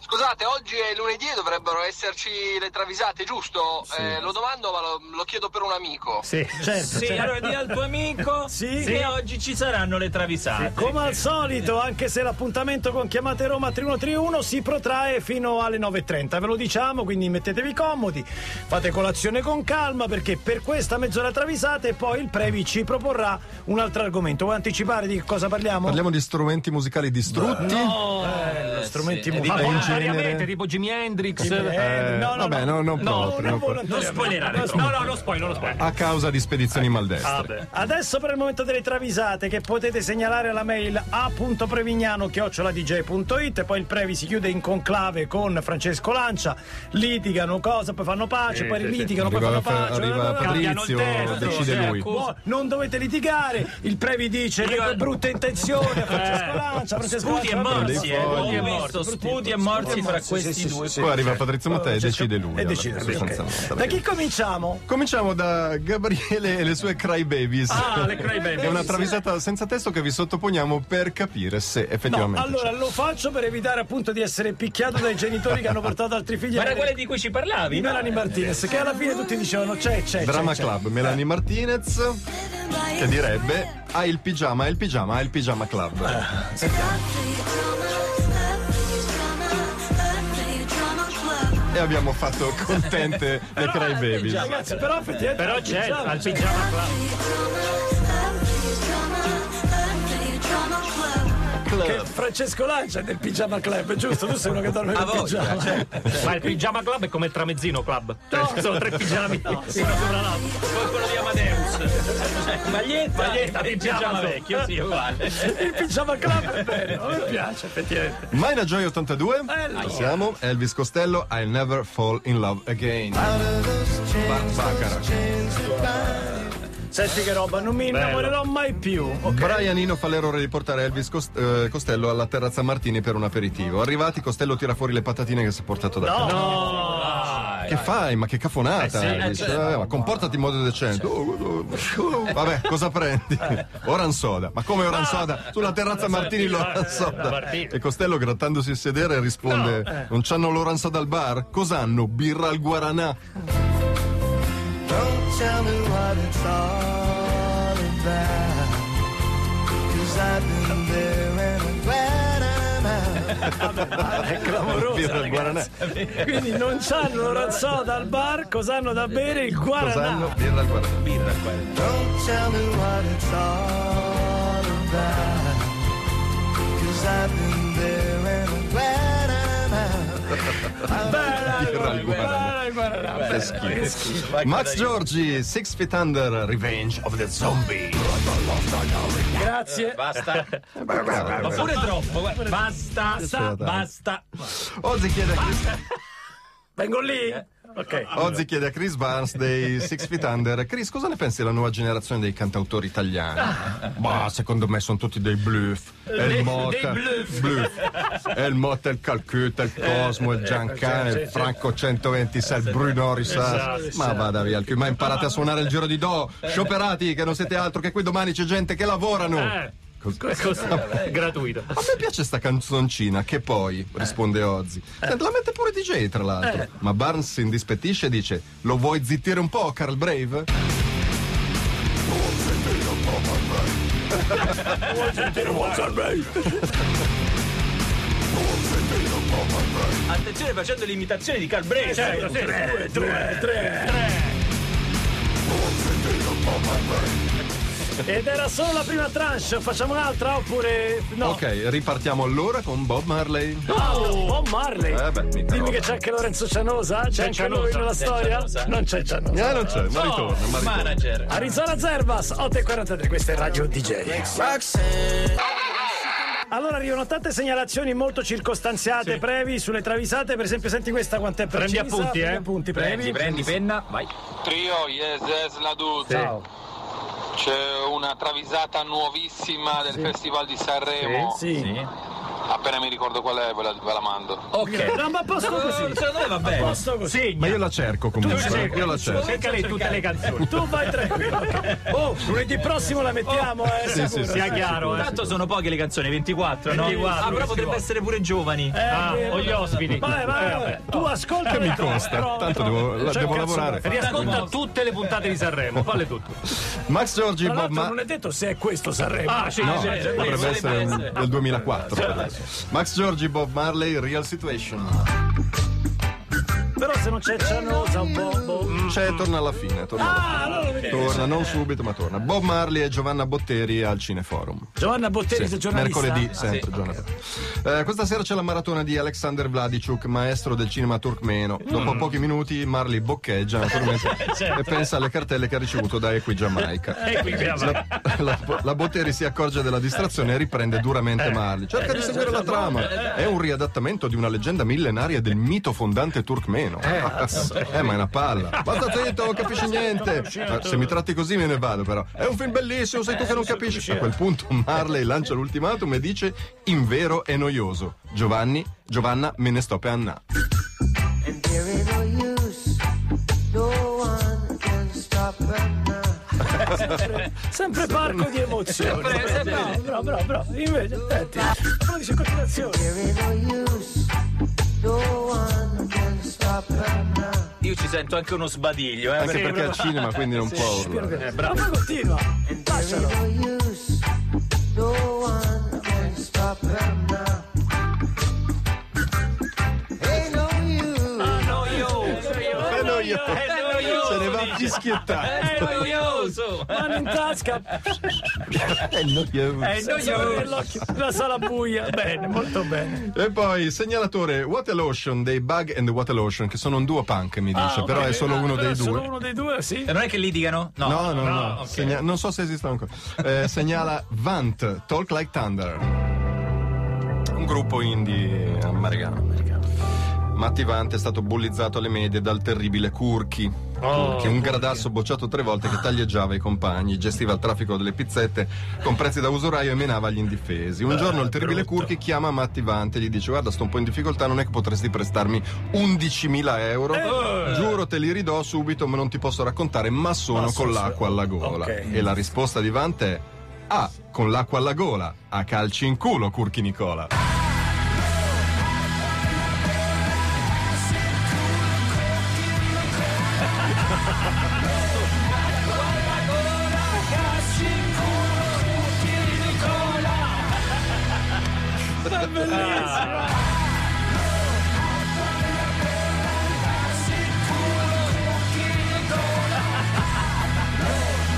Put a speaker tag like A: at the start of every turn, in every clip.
A: Scusate, oggi è lunedì e dovrebbero esserci le travisate, giusto?
B: Sì.
A: Eh, lo domando, ma lo, lo chiedo per un amico.
B: Sì, certo.
C: Sì,
B: certo.
C: allora di al tuo amico
D: Cioè, Sì.
C: che oggi ci saranno le travisate.
D: Come
E: Eh,
D: al solito, anche se l'appuntamento con Chiamate Roma 3131 si protrae fino alle 9.30, ve lo diciamo, quindi mettetevi comodi, fate colazione con calma perché per questa mezz'ora travisata e poi il Previ ci proporrà un altro argomento. Vuoi anticipare di cosa parliamo?
F: Parliamo di strumenti musicali distrutti.
D: di strumenti
C: sì,
F: Ma
D: musicali.
F: in
E: volontariamente,
F: genere-
E: tipo Jimi Hendrix.
D: Eh,
F: vabbè, no, non proprio,
D: non
F: non proprio.
D: volontariamente.
E: Non spoilerare.
D: Non
E: No, no, non spoiler, non spoiler.
F: A causa di
D: Eh.
F: spedizioni maldestre.
D: Ah,
E: Vabbè.
D: Adesso per il momento delle travisate che potete segnalare alla mail a.prevignano.dj.it e poi il Previ si chiude in conclave con Francesco Lancia, litigano cosa, poi fanno pace,
E: Sì,
D: poi
E: sì,
D: litigano, poi
F: Arriva,
D: fanno pace.
F: arriva
E: Cambiano il
F: Patrizio,
E: testo,
F: decide
E: cioè,
F: lui.
E: accu-
D: Buo- non dovete litigare, il Previ dice le tue brutte intenzioni a Francesco Lancia, Francesco
C: Sputi Eh. e
D: Lancia,
C: morsi, eh.
F: Sputi
C: Ho
F: e
C: visto sputi e morsi fra questi due.
F: Poi arriva Patrizio Mattei e
D: Francesco-
F: decide lui.
D: E
F: allora,
D: decide lui,
F: sostanzialmente.
D: ok. Da chi cominciamo?
F: Cominciamo da Gabriele e le sue Cry Babies.
E: Ah, le Cry Babies.
F: È una travisata senza testo che vi sottoponiamo per capire se
D: No,
F: effettivamente.
D: allora lo faccio per evitare appunto di essere picchiato dai genitori che hanno portato altri figli.
C: Ma
D: a
C: era
D: vedere-
C: quella di cui ci parlavi?
D: di
C: no?
D: Melanie Martinez, che alla fine tutti dicevano c'è, c'è.
F: c'è.
D: c'è,
F: Drama
D: c'è. Eh.
F: Club, Melanie Martinez che direbbe ha il pigiama, ha il pigiama, ha il pigiama club.
D: Eh.
F: E abbiamo fatto contente le Cry Babies.
D: Ah, Ragazzi, però effettivamente.
E: Però c'è
D: diciamo,
E: al pigiama club.
D: che Francesco Lancia è del pigiama club, giusto? Tu sei uno che dorme
C: A
D: nel
C: voi,
D: pigiama.
E: cioè. Ma il pigiama club è come il tramezzino club. Cioè, ci sono tre pigiami. uno sopra l'altro.
C: Con quello di Amadeus. Cioè, Maglietta,
E: Maglietta,
C: e
E: pigiama vecchio, sì, uguale.
D: Il pigiama club è bello, a me piace.
E: Effettivamente.
F: Mina Joy 82,
D: Bello.
F: ci siamo, Elvis Costello, I'll never fall in love again. Ba- Baccara.
D: Senti che roba, non mi innamorerò mai più. Ok.
F: Brianino fa l'errore di portare Elvis Cost- eh, Costello alla terrazza Martini per un aperitivo. Arrivati, Costello tira fuori le patatine che si è portato da casa. Che fai? Ma che cafonata! Elvis. Eh, ma comportati in modo decente. Oh, oh, oh. Vabbè, cosa prendi? Oran soda. Ma come oran soda? Eh. Ah! Sulla terrazza Martini eh, l'oran soda.
E: Martini.
F: E Costello, grattandosi il sedere, risponde: Non c'hanno l'oran soda al bar? Cos'hanno? Birra al guaranà.
G: Don't tell me what it's all about. Cause I've been there and I'm glad I'm out.
D: È clamorosa.
F: Birra al guaranà.
D: Quindi non c'hanno l'orazzoda al bar, cos'hanno da bere? Il guaranà.
F: Cos'hanno? Birra al guaranà.
G: Don't tell me what it's all about. Cause I've been there and I'm glad I'm out.
F: Birra al guaranà.
D: Ah, il guaranà.
F: Che schifo. Max Giorgi, Six Feet Under, Revenge of the Zombie.
D: Grazie.
C: Basta. Ma pure troppo, guarda. Basta, sta,
F: Aspetta.
C: basta.
F: Ozzy chiede, a Chris,
D: Vengo lì. Ok.
F: Ozzy chiede a Chris Barnes dei Six Feet Under: Chris, cosa ne pensi della nuova generazione dei cantautori italiani? Bah, secondo me sono tutti Ah. dei bluff. È il Motta, bluff. È il Motta, il Calcutta, il Cosmo, il Giancane, il Franco 126, il Bruno Risas. Ma vada via, il chi- ma imparate a suonare il giro di Do. Scioperati, che non siete altro che qui domani c'è gente che lavorano.
E: Eh. Così, gratuito.
F: A me piace sta canzoncina che poi, risponde Ozzy, la mette pure DJ tra l'altro. Ma Barnes si indispettisce e dice, lo vuoi zittire un po', Carl Brave?
C: Attenzione facendo l'imitazione di Carl Brave.
D: Ed era solo la prima tranche, facciamo un'altra oppure. No.
F: Ok, ripartiamo allora con Bob Marley.
D: Oh, Marley.
F: Eh beh, mica
D: Dimmi
F: roba.
D: che c'è anche Lorenzo Cianosa? C'è, anche lui
E: Cianosa,
D: nella
C: c'è
D: storia?
C: Cianosa.
D: Non c'è Cianosa.
F: Eh, non c'è, ma ritorna, ma ritorna.
C: Manager.
D: Arizona Zerbas, 8.43, questa è Radio DJ. Allora arrivano tante segnalazioni molto circostanziate, brevi, sulle travisate. Per esempio, senti questa quant'è precisa.
E: Prendi appunti, eh.
D: Prendi appunti, previ.
C: prendi penna, vai.
A: Trio, yes, yes, la Duzza. C'è una travisata nuovissima del Festival di Sanremo.
D: Sì.
C: Sì.
B: Appena mi ricordo qual è, ve la, ve la mando.
C: Ok.
D: Eh, No, ma a posto così.
C: Secondo me Eh, va
D: A
C: bene.
D: posto così.
F: Ma io la cerco comunque. eh,
E: cerchi.
F: Io la cerco.
E: Cerca lei tutte le canzoni.
D: Tu vai tranquillo. Oh, lunedì prossimo la mettiamo, eh,
F: Sì, sì,
D: sicuro.
F: sì,
E: Sia chiaro, eh.
C: Tanto sono poche le canzoni, 24, no?
E: 24,
C: ah, però
E: si
C: potrebbe
E: può.
C: essere pure giovani.
D: Eh,
E: Ah,
D: quello.
E: o gli ospiti.
D: Vai, vai,
E: Eh,
D: vai.
E: vabbè.
D: tu ascolta
F: Mi costa, tanto devo,
D: certo.
F: la- devo lavorare.
E: Riascolta tutte le puntate di Sanremo, falle tutte.
F: Max Giorgi,
D: Tra
F: Bob
D: l'altro
F: Ma-
D: non è detto se è questo Sanremo.
E: Ah, sì,
F: No,
E: sì, sì.
F: dovrebbe
C: dovrebbe
F: essere un-
C: eh, essere.
F: del 2004. per adesso. Max Giorgi, Bob Marley, Real Situation.
D: Però se non c'è Cianosa un po'. boh.
F: C'è, Cioè, torna alla fine. Torna, alla
D: Ah, allora lo
F: fine.
D: vediamo.
F: torna non subito, ma torna. Bob Marley e Giovanna Botteri al Cineforum.
D: Giovanna Botteri,
F: Sì,
D: se giornalista. Ah,
F: mercoledì sempre Giovanna Botteri. Eh, questa sera c'è la maratona di Alexander Vladichuk maestro del cinema turkmeno dopo pochi minuti Marley boccheggia naturalmente, e pensa alle cartelle che ha ricevuto da Equi Giamaica
E: E qui abbiamo-
F: la, la- la Botteri si accorge della distrazione e riprende duramente Marley cerca di seguire la trama è un riadattamento di una leggenda millenaria del mito fondante turkmeno eh ma è una palla basta zitto non capisci niente Eh, se mi tratti così me ne vado però è un film bellissimo sei tu che non capisci a quel punto Marley lancia l'ultimatum e dice invero è noioso Giovanni Giovanna me ne sto per Anna
G: And there ain't no use, no one can stop right now.
D: Sempre parco di emozioni. Bravo, bravo, bravo. Invece, senti. Però dice eh, in continuazione.
G: There ain't no use, no one can stop right now.
C: Io ci sento anche uno sbadiglio, eh.
F: anche
C: perché-
F: perché è al cinema quindi non può urlare
D: Bravo. Ma poi continua. Lascialo.
G: No use, no one can stop right now. Ain't no use,
C: No, io.
F: è noioso se ne va
C: È
F: fischiettato
C: noioso.
D: Mano in tasca.
F: è noioso
C: È noioso.
D: Nell'occhio. La sala buia. Bene, molto bene.
F: E poi segnalatore Water Lotion dei Bug and the Water Lotion, che sono un duo punk, mi dice,
D: Ah,
F: però
D: ok,
F: è solo
D: ah,
F: uno
D: però
F: dei
D: è
F: due.
D: Solo
F: Eh,
D: uno Ah, dei due, sì.
C: E non è che litigano? No.
F: No, no, no,
E: ok.
F: Segna- non so se esistono ancora. Eh, segnala Vant, Talk Like Thunder, un gruppo indie americano. Matti Vant è stato bullizzato alle medie dal terribile Curchi, che è un gradasso bocciato tre volte che taglieggiava i compagni, gestiva il traffico delle pizzette con prezzi da usuraio e menava gli indifesi. Un giorno il terribile Curchi chiama Matti Vant e gli dice: Guarda, sto un po' in difficoltà, non è che potresti prestarmi 11.000 euro. Giuro, te li ridò subito, ma non ti posso raccontare, ma sono
D: Ma
F: con
D: sono-
F: l'acqua alla gola.
D: Ok.
F: E la risposta di Vant è: Ah, con l'acqua alla gola, a calci in culo, Curchi Nicola.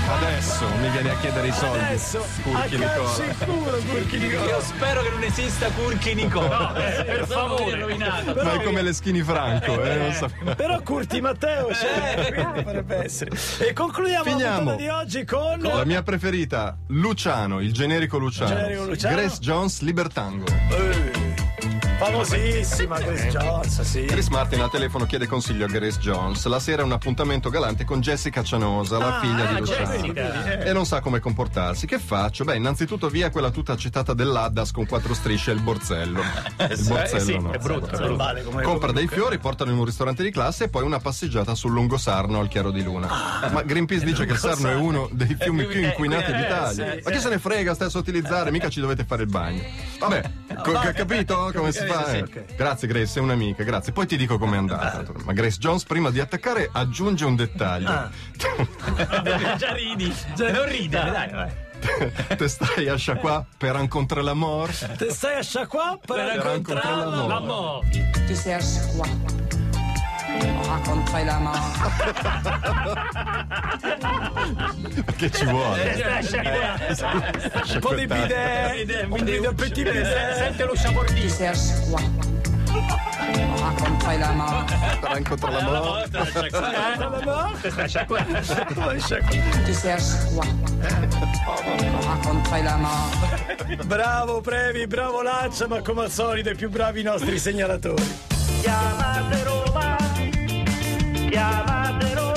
F: Adesso mi viene a chiedere i soldi.
D: Adesso, a
F: Curchi
D: calci
F: Nicola.
D: in culo, Curchi Nicola.
C: Io spero che non esista Curchi Nicola. per
E: favore.
C: rovinato.
F: Ma è come le schini Franco, eh, non sapevo.
D: Però Curti Matteo c'è, quindi potrebbe essere. E concludiamo
F: Finiamo.
D: la puntata di oggi con
F: La mia preferita, Luciano, il generico Luciano.
D: Generico Luciano.
F: Grace Jones, Libertango.
D: famosissima Chris Jones, sì.
F: Chris Martin al telefono chiede consiglio a Grace Jones. La sera è un appuntamento galante con Jessica Cianosa,
E: Ah,
F: la figlia di Luciano. E non sa come comportarsi. Che faccio? Beh, innanzitutto via quella tuta accettata dell'Addas con quattro strisce e il borsello. Il borsello
E: Eh, sì,
F: no.
E: è brutto, è brutto.
D: Normale come
F: Compra dei fiori, portalo in un ristorante di classe e poi una passeggiata sul lungo Sarno al chiaro di luna. Ma Greenpeace dice che il Ah, Sarno è uno dei fiumi più inquinati d'Italia. Ma chi se ne frega, stai a sottilizzare, mica ci dovete fare il bagno. Vabbè, co- ca- capito come si fa? Eh. Grazie Grace, sei un'amica, grazie. Poi ti dico com'è andata. Ma Grace Jones prima di attaccare aggiunge un dettaglio.
E: Già ridi. Non ridere, dai, vai.
F: Te stai a sciacqua per incontrare l'amor?
D: Te stai a sciacqua per
F: Per incontrare
D: incontrarla.
F: l'amor.
E: L'amore.
H: Tu cherches quoi Raconterai la mort.
F: Che ci vuole?
D: Un po' di bidet, un video petit
C: eh,
D: bidet.
E: Sente lo sciabordino.
H: Tu cherches quoi Raconterai la mort.
F: Per incontrare l'amor?
D: Come sciacqua?
H: Tu cherches quoi Raconterai la mort.
D: Bravo Previ, bravo Lancia, ma come al solito i più bravi i nostri segnalatori.
I: Chiamate Roma, chiamate Roma.